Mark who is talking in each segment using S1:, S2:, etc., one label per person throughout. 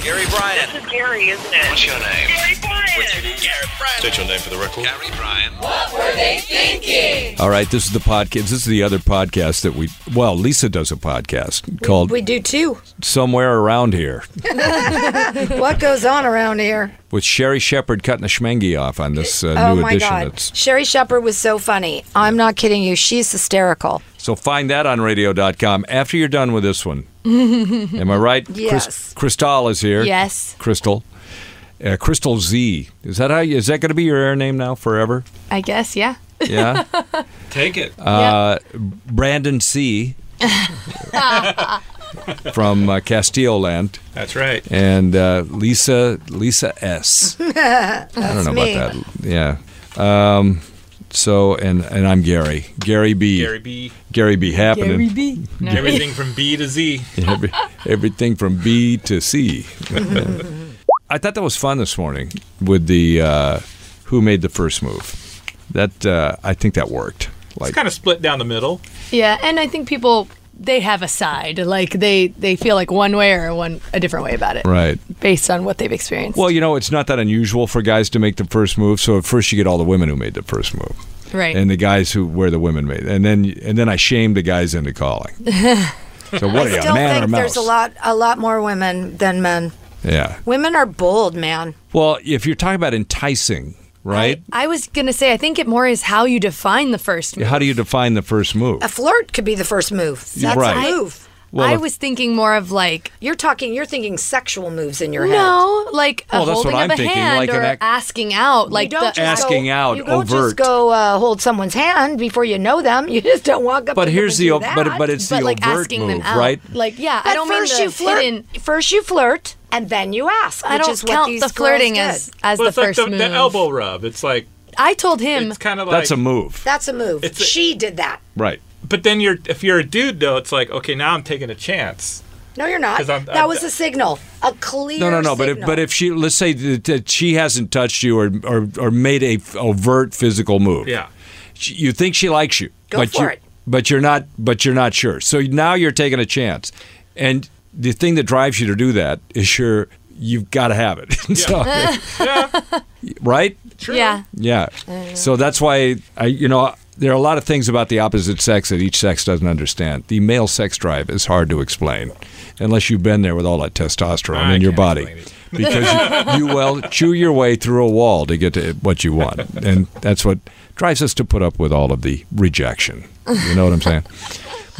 S1: Gary Bryan.
S2: This is Gary, isn't it?
S1: What's your name?
S2: Gary Bryan.
S1: Gary Bryan.
S3: State your name for the record.
S1: Gary Bryan.
S4: All right, this is the podcast. This is the other podcast that we. Well, Lisa does a podcast called
S5: We do too.
S4: "Somewhere Around Here"
S5: What goes on around here?
S4: with Sherry Shepard cutting a schmengi off on this uh,
S5: Oh
S4: new
S5: my
S4: edition.
S5: God.
S4: It's-
S5: Sherry Shepard was so funny. I'm not kidding you. She's hysterical.
S4: so find that on radio.com after you're done with this one. Am I right?
S5: Yes.
S4: Crystal is here.
S5: Yes.
S4: Crystal. Uh, Crystal Z. Is that how? You, is that going to be your air name now forever?
S6: I guess, yeah.
S4: Yeah.
S1: Take it.
S4: Uh, Brandon C. from uh, Castile Land.
S3: That's right.
S4: and uh, Lisa Lisa S. I don't know
S5: me.
S4: about that. Yeah. Um, so and and I'm Gary Gary B.
S3: Gary B.
S4: Gary B. Happening.
S6: B.
S3: Everything from B to Z.
S4: Every- everything from B to C. I thought that was fun this morning with the uh, who made the first move. That uh, I think that worked.
S3: It's
S4: Like
S3: kind of split down the middle.
S6: Yeah, and I think people they have a side, like they they feel like one way or one a different way about it,
S4: right.
S6: based on what they've experienced.
S4: Well, you know, it's not that unusual for guys to make the first move. So at first, you get all the women who made the first move.
S6: right.
S4: and the guys who where the women made, and then and then I shamed the guys into calling. So what are you, a
S5: Still
S4: man or a
S5: think
S4: mouse?
S5: there's a lot, a lot more women than men.
S4: Yeah.
S5: Women are bold, man.
S4: Well, if you're talking about enticing, right?
S6: I, I was gonna say I think it more is how you define the first. Move.
S4: How do you define the first move?
S5: A flirt could be the first move. That's
S4: Right.
S5: a move.
S4: well,
S6: I
S4: if-
S6: was thinking more of like
S5: You're talking. You're thinking sexual moves in your head.
S6: no, like a
S4: Well, that's what
S6: holding
S4: I'm
S6: of a
S4: thinking,
S6: hand
S4: like an
S6: or
S4: act-
S6: asking out, like
S5: You don't
S6: the,
S5: just
S4: Asking
S5: go,
S4: out,
S5: you don't
S4: overt.
S5: Just go uh, hold someone's hand before you know them. You just don't walk up. to
S4: but
S5: them
S4: here's
S5: and
S4: the
S5: do
S4: o- but
S5: that.
S4: but it's
S6: but
S4: the
S6: like
S4: overt
S6: asking
S4: move,
S6: them out,
S4: right?
S6: like yeah,
S5: But
S6: I don't
S5: first
S6: mean the
S5: you flirt.
S6: hidden.
S5: First you flirt, and then you ask.
S6: I
S5: which
S6: don't
S5: is what
S6: count
S5: these
S6: the
S5: girls
S6: flirting
S5: did.
S6: as as
S3: Well,
S6: the
S3: it's like
S6: first
S3: the,
S6: move.
S3: the elbow rub. It's like
S6: I told him
S3: it's kind of like
S4: That's a move,
S5: That's a move.
S3: It's a-
S5: she did that.
S4: right?
S3: But then you're if you're a dude though, it's like okay, now I'm taking a chance.
S5: No, you're not.
S3: 'Cause I'm-
S5: that
S3: I'm-
S5: was a signal, a clear.
S4: No, no, no. But if,
S5: signal.
S4: but if she, let's say that that she hasn't touched you or or, or made a f- overt physical move,
S3: Yeah.
S4: she, you think she likes you,
S5: Go
S4: but
S5: for
S4: you,
S5: it.
S4: but you're not, but you're not sure. So now you're taking a chance, and the thing that drives you to do that is your you've got to have it, So-
S3: Yeah.
S4: right?
S6: yeah,
S4: Yeah. So that's why I, you know, there are a lot of things about the opposite sex that each sex doesn't understand. The male sex drive is hard to explain unless you've been there with all that testosterone
S3: I
S4: in your
S3: can't
S4: body.
S3: explain
S4: Because you, you will chew your way through a wall to get to what you want. And that's what drives us to put up with all of the rejection. You know what I'm saying?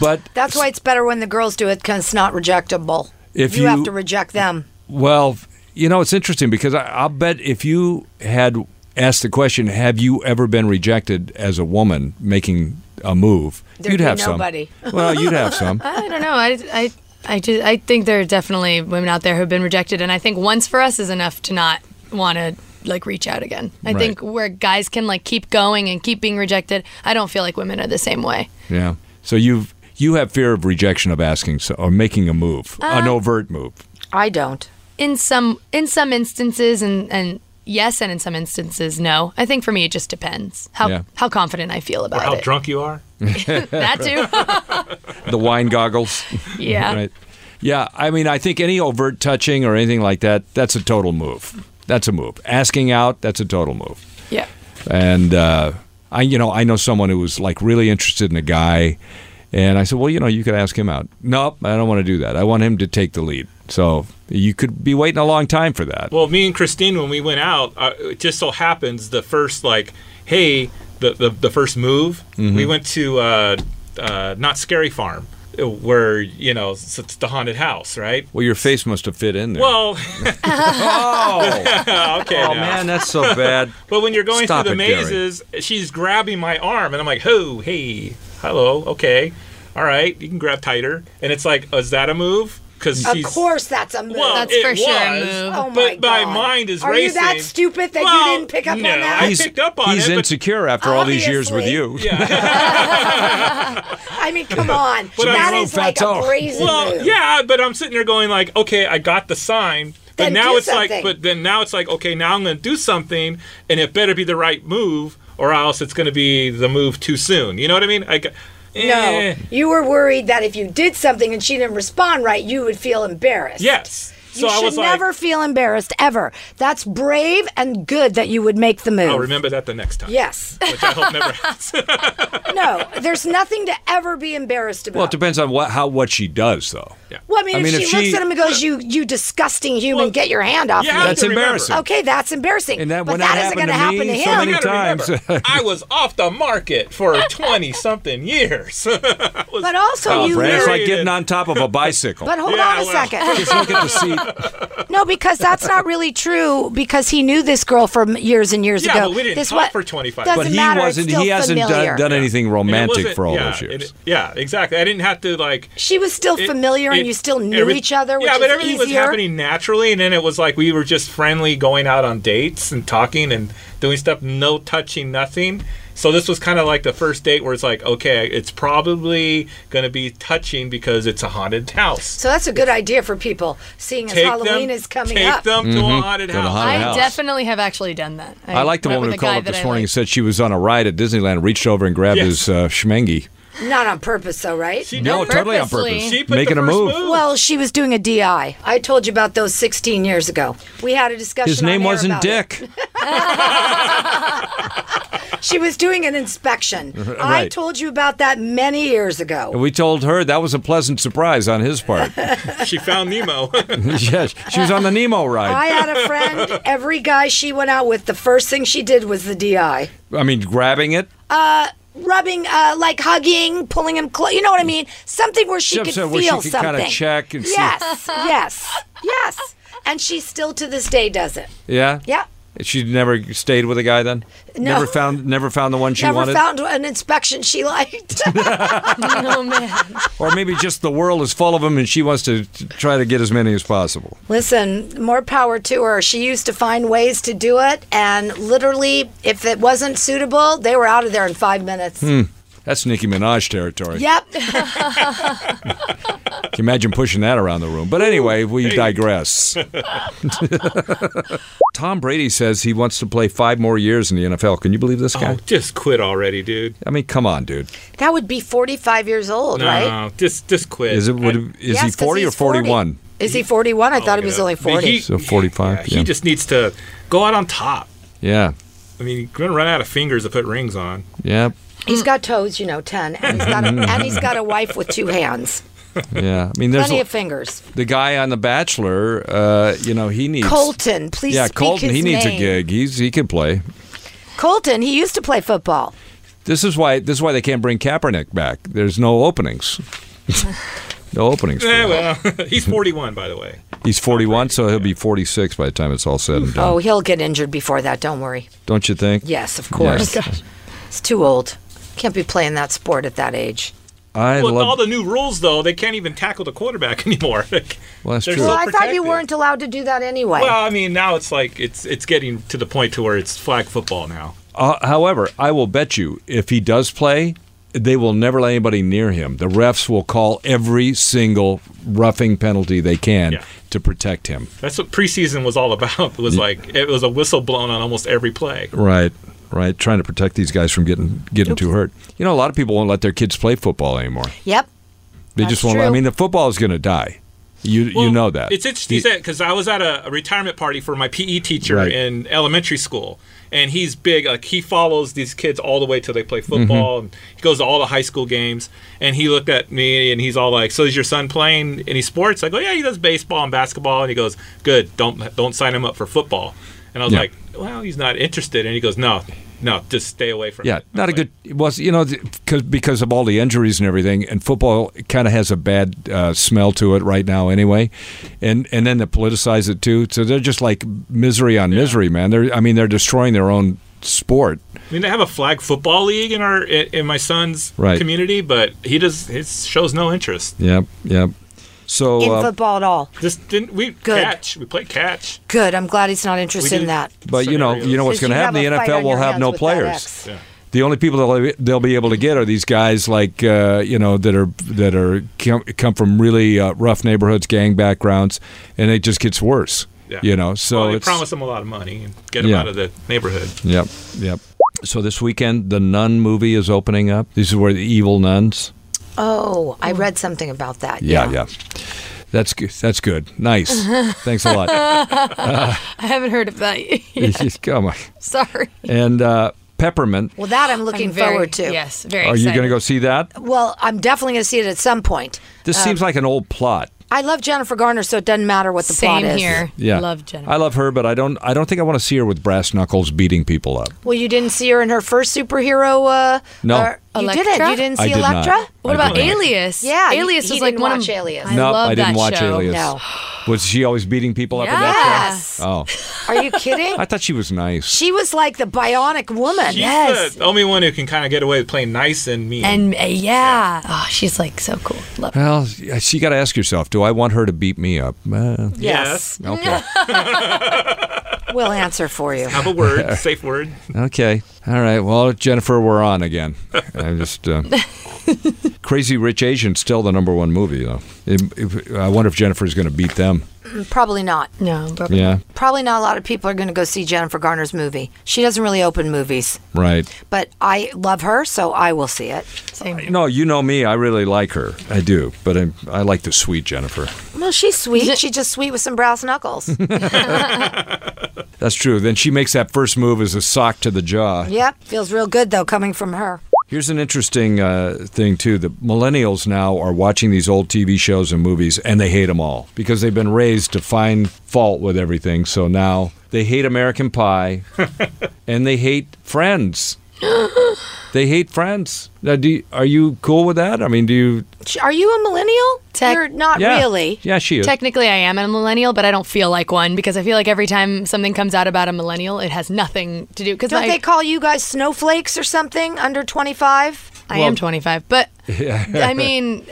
S4: But
S5: that's why it's better when the girls do it because it's not rejectable.
S4: If
S5: you, have
S4: you-
S5: to reject them,
S4: Well, you know, it's interesting because I, I'll bet if you had asked the question, "Have you ever been rejected as a woman making a move?"
S5: There'd
S4: you'd
S5: be
S4: have
S5: nobody.
S4: some. Well, you'd have some.
S6: I don't know. I, I, I, just, I think there are definitely women out there who've been rejected, and I think once for us is enough to not want to like reach out again. I
S4: Right.
S6: think where guys can like keep going and keep being rejected, I don't feel like women are the same way.
S4: Yeah. So you've you have fear of rejection of asking so, or making a move,
S5: Uh-huh.
S4: an overt move.
S5: I don't.
S6: In some in some instances, and and yes, and in some instances, no. I think for me, it just depends how
S4: Yeah.
S6: how confident I feel about
S3: How
S6: it.
S3: drunk you are.
S4: Mm-hmm.
S6: That too.
S4: The wine goggles.
S6: yeah.
S4: Right. Yeah. I mean, I think any overt touching or anything like that, that's a total move. That's a move. Asking out, that's a total move.
S6: Yeah.
S4: and uh, I, you know, I know someone who was like really interested in a guy, and I said, well, you know, you could ask him out. Nope, I don't want to do that. I want him to take the lead. So you could be waiting a long time for that.
S3: Well, me and Christine, when we went out, uh, it just so happens the first like, hey, the the, the first move,
S4: Mm-hmm.
S3: we went to uh, uh, not Scary Farm, uh, where you know it's, it's the haunted house, right?
S4: Well, your face must have fit in there.
S3: Well,
S4: oh,
S3: okay.
S4: oh
S3: now.
S4: man, that's so bad.
S3: But when you're going
S4: Stop
S3: through the
S4: it, Gary.
S3: mazes, she's grabbing my arm, and I'm like, "Oh, hey, hello, okay, all right, you can grab tighter." And it's like, "Is that a move?" Because
S5: Of course, that's a move.
S3: well,
S6: That's
S3: it
S6: for
S3: was,
S6: sure a move.
S5: Oh my
S3: but my
S5: God.
S3: mind is
S5: Are you
S3: racing.
S5: that stupid that you
S3: Well,
S5: didn't pick up on
S3: no,
S5: that?
S3: I picked up on
S4: he's
S3: it. but-
S4: insecure after all these years with you.
S5: Obviously. I mean, come on.
S3: But I
S5: that
S3: love
S5: is like
S4: Fatso.
S5: a brazen
S3: Well,
S5: move.
S3: yeah, but I'm sitting there going like, okay, I got the sign. But
S5: Then
S3: now
S5: do
S3: it's like,
S5: something.
S3: but then now it's like, okay, now I'm going to do something, and it better be the right move, or else it's going to be the move too soon. You know what I mean? Like,
S5: No,
S3: eh,
S5: you were worried that if you did something and she didn't respond right, you would feel embarrassed.
S3: yes.
S5: You
S3: So I
S5: should
S3: was like-
S5: never feel embarrassed ever. That's brave and good that you would make the move.
S3: I'll Oh, remember that the next time.
S5: Yes.
S3: Which I hope never happens.
S5: No, there's nothing to ever be embarrassed about.
S4: Well, it depends on what how what she does though.
S3: Yeah.
S5: Well, I mean,
S4: I mean,
S5: if,
S4: if
S5: she,
S4: she-
S5: looks at him and goes, "You, you disgusting human,
S3: Well,
S5: get your hand off
S3: you
S5: me."
S3: have
S4: That's
S3: to remember. Oh,
S4: embarrassing.
S5: Okay, that's embarrassing.
S4: And that-
S5: but
S4: when that
S5: that isn't
S4: happened
S5: going to
S4: to me,
S5: happen
S4: so many
S5: to him.
S3: You gotta
S4: times.
S3: remember, I was off the market for 20 something years. I was-
S5: But also,
S4: Oh,
S5: you.
S4: Brad, it's like
S3: married
S4: getting
S3: it.
S4: on top of a bicycle.
S5: But hold
S3: Yeah,
S5: on a
S3: well.
S5: second.
S4: Just look at the seat.
S5: No, because that's not really true. Because he knew this girl from years and years
S3: Yeah,
S5: ago.
S3: but we didn't
S5: this
S3: talk
S5: what-
S3: for 25
S5: Doesn't
S4: But he
S5: matter. it's
S4: wasn't.
S5: still
S4: He hasn't
S5: familiar.
S4: done, done anything
S3: And it
S4: romantic
S3: wasn't-
S4: for all
S3: yeah,
S4: those years.
S3: it- yeah, exactly. I didn't have to like.
S5: She was still
S3: it-
S5: familiar,
S3: it-
S5: and you still knew
S3: every-
S5: each other. Which
S3: yeah, but
S5: is
S3: everything was
S5: easier.
S3: happening naturally, and then it was like we were just friendly, going out on dates and talking and doing stuff, no touching, nothing. So this was kind of like the first date where it's like, okay, it's probably going to be touching because it's a haunted house.
S5: So that's a good idea for people, seeing as
S3: Take
S5: Halloween
S3: them,
S5: is coming
S3: take
S5: up.
S3: them to a haunted
S4: Mm-hmm. to the
S3: house.
S4: haunted
S6: I
S4: house.
S6: definitely have actually done that.
S4: I like the
S6: went
S4: woman
S6: with
S4: who
S6: a
S4: called up
S6: guy that
S4: this
S6: I
S4: morning and
S6: liked.
S4: said she was on a ride at Disneyland and reached over and grabbed
S3: Yes.
S4: his uh, shmengi.
S5: Not on purpose, though, right?
S3: She
S4: No,
S3: did it
S4: totally on
S6: purposely.
S4: purpose.
S3: She put
S4: Making
S3: the
S4: a
S3: first
S4: move.
S3: move.
S5: Well, she was doing a DI. I told you about those 16 years ago. We had a discussion.
S4: His name
S5: on air
S4: wasn't
S5: about it.
S4: Dick.
S5: She was doing an inspection. I
S4: Right.
S5: told you about that many years ago.
S4: And we told her that was a pleasant surprise on his part.
S3: she found Nemo. Oh,
S4: yes, she was on the Nemo
S5: I
S4: ride.
S5: had a friend. Every guy she went out with, the first thing she did was the DI.
S4: I mean, grabbing it.
S5: Rubbing, uh, like hugging, pulling him close. You know what I mean? Something where she
S4: Just
S5: could
S4: so
S5: feel
S4: where she could
S5: something.
S4: kinda check and see-
S5: yes, yes, yes. And she still to this day does it.
S4: Yeah.
S5: Yeah.
S4: She never stayed with a guy then.
S5: No.
S4: Never found. Never found the one she
S5: Never
S4: wanted.
S5: found an inspection she liked.
S6: Oh man.
S4: or maybe just the world is full of them, and she wants to t- try to get as many as possible.
S5: Listen, more power to her. She used to find ways to do it, and literally, if it wasn't suitable, they were out of there in five minutes.
S4: Hmm. That's Nicki Minaj territory.
S5: Yep.
S4: Can you imagine pushing that around the room? But anyway, we digress. Tom Brady says he wants to play five more years in the NFL. Can you believe this guy?
S3: oh, just quit already, dude.
S4: I mean, come on, dude.
S5: That would be 45 years old,
S3: No,
S5: right?
S3: just just quit.
S4: Is it? Would, is
S5: Yes,
S4: he
S5: 'cause
S4: forty or
S5: he's 40.
S4: forty-one?
S5: Is he 41? I thought he
S3: Oh, Look
S5: was
S3: it up.
S5: only
S3: I mean,
S5: 40.
S3: he-
S4: So 45,
S3: yeah,
S4: yeah.
S3: He just needs to go out on top.
S4: Yeah.
S3: I mean, you're gonna run out of fingers to put rings on.
S4: Yeah.
S5: he's got toes, you know, 10, and he's got a, and he's got a wife with two hands,
S4: Yeah. I mean, there's
S5: plenty
S4: a-
S5: of fingers.
S4: the guy on The Bachelor. Uh, you know, he needs.
S5: Colton, please
S4: Yeah,
S5: speak
S4: Colton.
S5: his
S4: He needs a
S5: name.
S4: gig. He's he can play.
S5: Colton, he used to play football.
S4: This is why. This is why they can't bring Kaepernick back. There's no openings. no openings. for
S3: Eh,
S4: him.
S3: well, he's 41, by the way.
S4: He's 41, so he'll be 46 by the time it's all said and done.
S5: Oh, he'll get injured before that, don't worry.
S4: Don't you think?
S5: Yes, of course.
S4: Oh,
S5: It's too old. Can't be playing that sport at that age.
S4: I
S3: With all
S4: love.
S3: the new rules, though, they can't even tackle the quarterback anymore. Like,
S4: Well, that's
S3: they're
S4: true.
S3: so
S5: Well, I thought you
S3: protected.
S5: weren't allowed to do that anyway.
S3: Well, I mean, now it's like it's it's getting to the point to where it's flag football now.
S4: uh, however, I will bet you if he does play, they will never let anybody near him. The refs will call every single roughing penalty they can
S3: Yeah.
S4: to protect him.
S3: That's what preseason was all about. Was like it was a whistle blown on almost every play.
S4: Right, right. Trying to protect these guys from getting getting too hurt. You know, a lot of people won't let their kids play football anymore.
S5: yep.
S4: They
S5: That's
S4: just won't. I
S5: true.
S4: mean, the football is going to die. You you
S3: Well,
S4: know that.
S3: It's interesting because I was at a, a retirement party for my PE teacher
S4: Right.
S3: in elementary school, and he's big. Like he follows these kids all the way till they play
S4: Mm-hmm.
S3: football, and he goes to all the high school games. And he looked at me, and he's all like, "So is your son playing any sports?" I go, "Yeah, he does baseball and basketball." And he goes, "Good. Don't don't sign him up for football." And I was
S4: Yeah.
S3: like, "Well, he's not interested." And he goes, "No, no, just stay away from
S4: Yeah,
S3: it."
S4: not a
S3: I'm like,
S4: good. It was you know because because of all the injuries and everything, and football kind of has a bad uh, smell to it right now anyway, and and then they politicize it too. So they're just like misery on misery, man. They're I mean they're destroying their own sport.
S3: I mean, they have a flag football league in our in, in my son's
S4: Right.
S3: community, but he does. It shows no interest.
S4: Yep, yep. So
S5: In
S4: uh,
S5: football at all.
S3: Just didn't we
S5: Good.
S3: catch? We played catch.
S5: Good. I'm glad he's not interested in
S3: did-
S5: that.
S4: but you know you know what's going
S5: Since
S4: to
S5: you
S4: happen. The
S5: have a fight
S4: NFL
S5: on
S4: will
S5: your
S4: have
S5: hands
S4: no
S5: with that
S4: players.
S5: ex.
S3: Yeah.
S4: The only people they'll, they'll be able to get are these guys like uh, you know that are that are come, come from really uh, rough neighborhoods, gang backgrounds, and it just gets worse.
S3: Yeah.
S4: You know, so
S3: well, they
S4: it's,
S3: promised him a lot of money and get him
S4: Yeah.
S3: out of the neighborhood.
S4: Yep, yep. So this weekend, the Nun movie is opening up. This is where the evil nuns.
S5: Oh, I read something about that.
S4: Yeah, yeah. That's good. That's good. Nice. Thanks a lot.
S6: I haven't heard of that.
S4: Oh my.
S6: Sorry.
S4: And uh, peppermint.
S5: Well, that I'm looking
S6: I'm very-
S5: forward to.
S6: Yes, very.
S4: Are you going to
S6: excited.
S4: go see that?
S5: Well, I'm definitely going to see it at some point.
S4: This seems like an old plot.
S5: I love Jennifer Garner, so it doesn't matter what the
S6: Same
S5: plot is.
S6: here.
S4: Yeah,
S6: Love Jennifer.
S4: I love her, but I don't. I don't think I want to see her with brass knuckles beating people up.
S5: Well, you didn't see her in her first superhero. Uh,
S4: No.
S5: or- you
S6: Elektra?
S5: didn't. You didn't see
S4: I did
S5: Electra.
S4: not.
S6: what
S4: I
S6: about
S4: did not.
S6: Alias?
S5: Yeah, he-
S6: Alias
S5: he
S6: was like
S5: didn't
S6: one
S5: watch
S6: of
S5: Alias.
S6: I
S4: No,
S6: love
S4: I didn't
S6: that
S4: watch
S6: show.
S4: Alias.
S5: No.
S4: Was she always beating people up? in that
S6: Yes.
S4: show? Oh,
S5: Are you kidding?
S4: I thought she was nice.
S5: she was like the bionic woman.
S3: She's the only one who can kind of get away with playing nice and mean.
S6: And uh, yeah, oh, she's like so cool. Love her.
S4: Well, she got to ask yourself: Do I want her to beat me up? Uh,
S5: Yes.
S4: okay.
S5: We'll answer for you.
S3: Have a word, safe word.
S4: Okay. All right. Well, Jennifer, we're on again. I'm just uh, Crazy Rich Asians still the number one movie though. It- it- I wonder if Jennifer's going to beat them.
S5: Probably not.
S6: No, but
S4: Yeah.
S5: Probably not a lot of people are going to go see Jennifer Garner's movie. She doesn't really open movies,
S4: Right.
S5: but I love her, so I will see it.
S6: same. here.
S4: No, you know me. I really like her. I do, but I, I like the sweet Jennifer.
S5: Well, she's sweet. She's just sweet with some brass knuckles.
S4: That's true. Then she makes that first move as a sock to the jaw.
S5: yep. Feels real good, though, coming from her.
S4: Here's an interesting uh, thing too. The millennials now are watching these old TV shows and movies, and they hate them all because they've been raised to find fault with everything. So now they hate American Pie, and they hate Friends. they hate Friends. Now, do you, are you cool with that? I mean, do you?
S5: Sh- Are you a millennial?
S6: Tech-
S5: You're not
S4: Yeah.
S5: really.
S4: Yeah, she is.
S6: Uh, Technically, I am a millennial, but I don't feel like one because I feel like every time something comes out about a millennial, it has nothing to do. Because
S5: Don't they
S6: I,
S5: call you guys snowflakes or something under 25?
S6: I am 25, but I mean,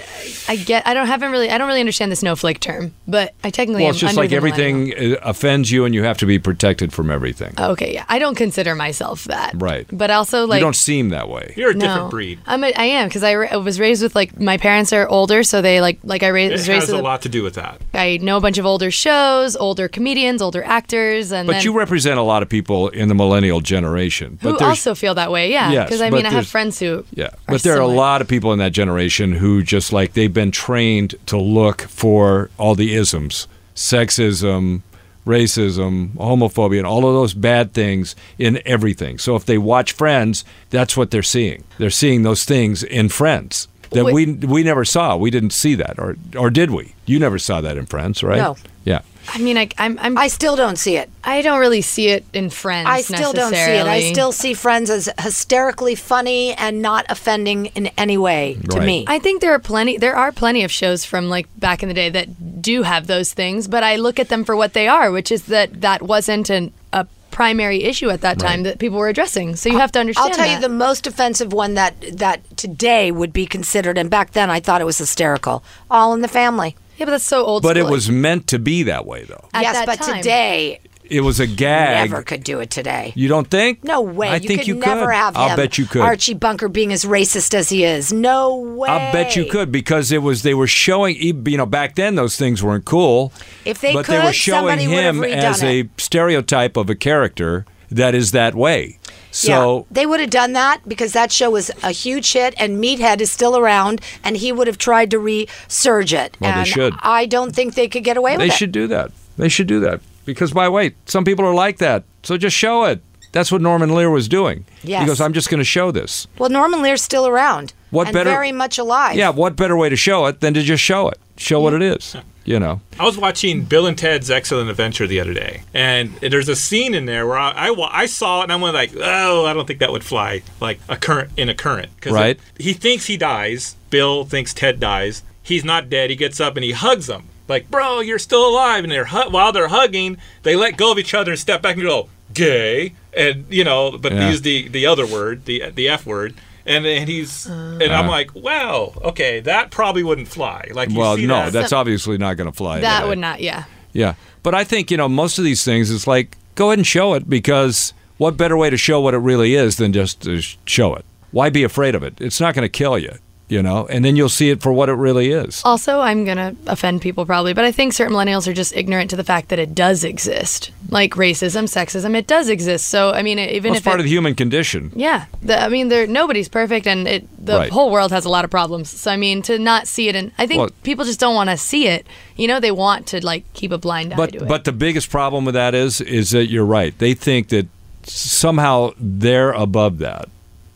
S6: I get. I don't haven't really. I don't really understand the snowflake term, but I technically
S4: well,
S6: am
S4: it's just
S6: under
S4: like
S6: the millennial.
S4: everything uh, offends you, and you have to be protected from everything.
S6: Okay, yeah. I don't consider myself that.
S4: Right.
S6: But also like
S4: you don't seem that way.
S3: You're a
S6: no.
S3: different breed.
S6: I'm a, I am because I, ra- I was raised with like my parents are older, so they like like I ra-
S3: It
S6: was raised
S3: has
S6: with
S3: a lot to do with that.
S6: I know a bunch of older shows, older comedians, older actors, and
S4: But
S6: then
S4: you represent a lot of people in the millennial generation. But
S6: who
S4: there's-
S6: also feel that way. Yeah,
S4: Yes,
S6: because I
S4: but
S6: mean I have
S4: there's-
S6: friends who
S4: Yeah, but there are a
S6: similar.
S4: lot of people in that generation who just like they've been trained to look for all the isms, sexism, racism, homophobia, and all of those bad things in everything. So if they watch Friends, that's what they're seeing. They're seeing those things in Friends that we we never saw. We didn't see that, or or did we? You never saw that in Friends, right?
S5: No.
S4: Yeah.
S6: I mean I I'm, I'm
S5: I
S6: I,
S5: still don't see it.
S6: don't really see it in friends.
S5: I still don't see it. I
S6: necessarily.
S5: still see friends as hysterically funny and not offending in any way to
S4: Right.
S5: me.
S6: I think there are plenty there are plenty of shows from like back in the day that do have those things, but I look at them for what they are, which is that that wasn't an, a primary issue at that time that people were addressing. So you have to understand
S5: I'll tell you the
S6: that.
S5: most offensive one that that today would be considered, and back then I thought it was hysterical. All in the family.
S6: yeah, but that's so old
S4: But it
S6: school.
S4: was meant to be that way, though.
S6: At
S5: yes,
S6: that
S5: but
S6: time.
S5: today
S4: It was a gag.
S5: never could do it today.
S4: You don't think?
S5: No way.
S4: I
S5: you
S4: think
S5: could
S4: you
S5: never
S4: could.
S5: have him.
S4: I'll bet you could.
S5: Archie Bunker being as racist as he is. No way.
S4: I bet you could because it was they were showing e, you know back then those things weren't cool.
S5: If they
S4: but they
S5: could,
S4: were showing
S5: somebody would have
S4: him
S5: redone
S4: as
S5: it.
S4: a stereotype of a character that is that way. So
S5: yeah, they would have done that because that show was a huge hit, and Meathead is still around, and he would have tried to resurge it.
S4: Well, they
S5: and
S4: should.
S5: I don't think they could get away
S4: they
S5: with
S4: should do that. They should do that because by the way, some people are like that. So just show it. That's what Norman Lear was doing. He
S5: Yes.
S4: goes, I'm just going to show this.
S5: it. Well, Norman Lear's still around.
S4: What
S5: and
S4: better-
S5: Very much alive.
S4: Yeah, what better way to show it than to just show it? Show what it is. You know.
S3: I was watching Bill and Ted's Excellent Adventure the other day, and there's a scene in there where I, I, wa- I saw it and I'm like, oh, I don't think that would fly like a current in a current. 'Cause
S4: Right.
S3: it- he thinks he dies. Bill thinks Ted dies. He's not dead. He gets up and he hugs him. Like, bro, you're still alive. And they're hu- while they're hugging, they let go of each other and step back and go, gay. And, you know, but
S4: Yeah.
S3: use the, the other word, the the F word. And, and he's, and
S4: Uh.
S3: I'm like, wow, okay, that probably wouldn't fly. Like, you
S4: Well,
S3: see
S4: no,
S3: that-
S4: that's obviously not going to fly.
S6: that
S4: today.
S6: would not yeah.
S4: Yeah. But I think, you know, most of these things, it's like, go ahead and show it because what better way to show what it really is than just to sh- show it? Why be afraid of it? It's not going to kill you. you know, and then you'll see it for what it really is.
S6: Also, I'm going to offend people probably, but I think certain millennials are just ignorant to the fact that it does exist. Like racism, sexism, it does exist. So, I mean, even
S4: Well,
S6: if
S4: it's part
S6: it,
S4: of the human condition.
S6: Yeah, the, I mean, there nobody's perfect, and it the
S4: Right.
S6: whole world has a lot of problems. So I mean, to not see it, and I think
S4: Well-
S6: people just don't want to see it. You know, they want to like keep a blind eye to
S4: But
S6: it.
S4: but the biggest problem with that is is that you're right. They think that somehow they're above that,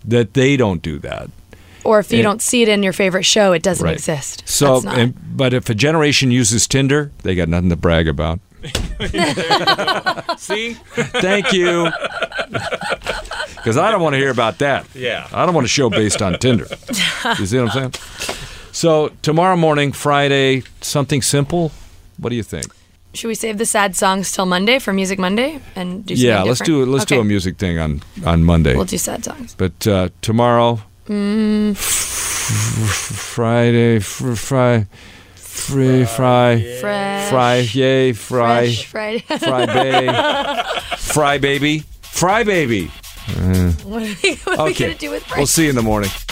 S4: that they don't do that.
S6: or if you
S4: and-
S6: don't see it in your favorite show, it doesn't exist.
S4: So,
S6: That's not-
S4: and, but if a generation uses Tinder, they got nothing to brag about.
S3: See?
S4: Thank you. Because I don't want to hear about that.
S3: Yeah.
S4: I don't want a show based on Tinder. You see what I'm saying? So tomorrow morning, Friday, something simple. What do you think?
S6: should we save the sad songs till Monday for Music Monday and do?
S4: yeah,
S6: something
S4: let's do
S6: different?
S4: let's do
S6: Okay,
S4: a music thing on on Monday.
S6: We'll do Mm. sad songs.
S4: but uh, tomorrow, f- f- Friday, fr- fry, free fry,
S6: Fresh,
S4: fry, yay, fry.
S6: fresh Friday.
S4: Fry Bay. Fry Baby. Fry Baby.
S6: what are we, what are we
S4: Okay.
S6: gonna do with fresh?
S4: We'll see you in the morning.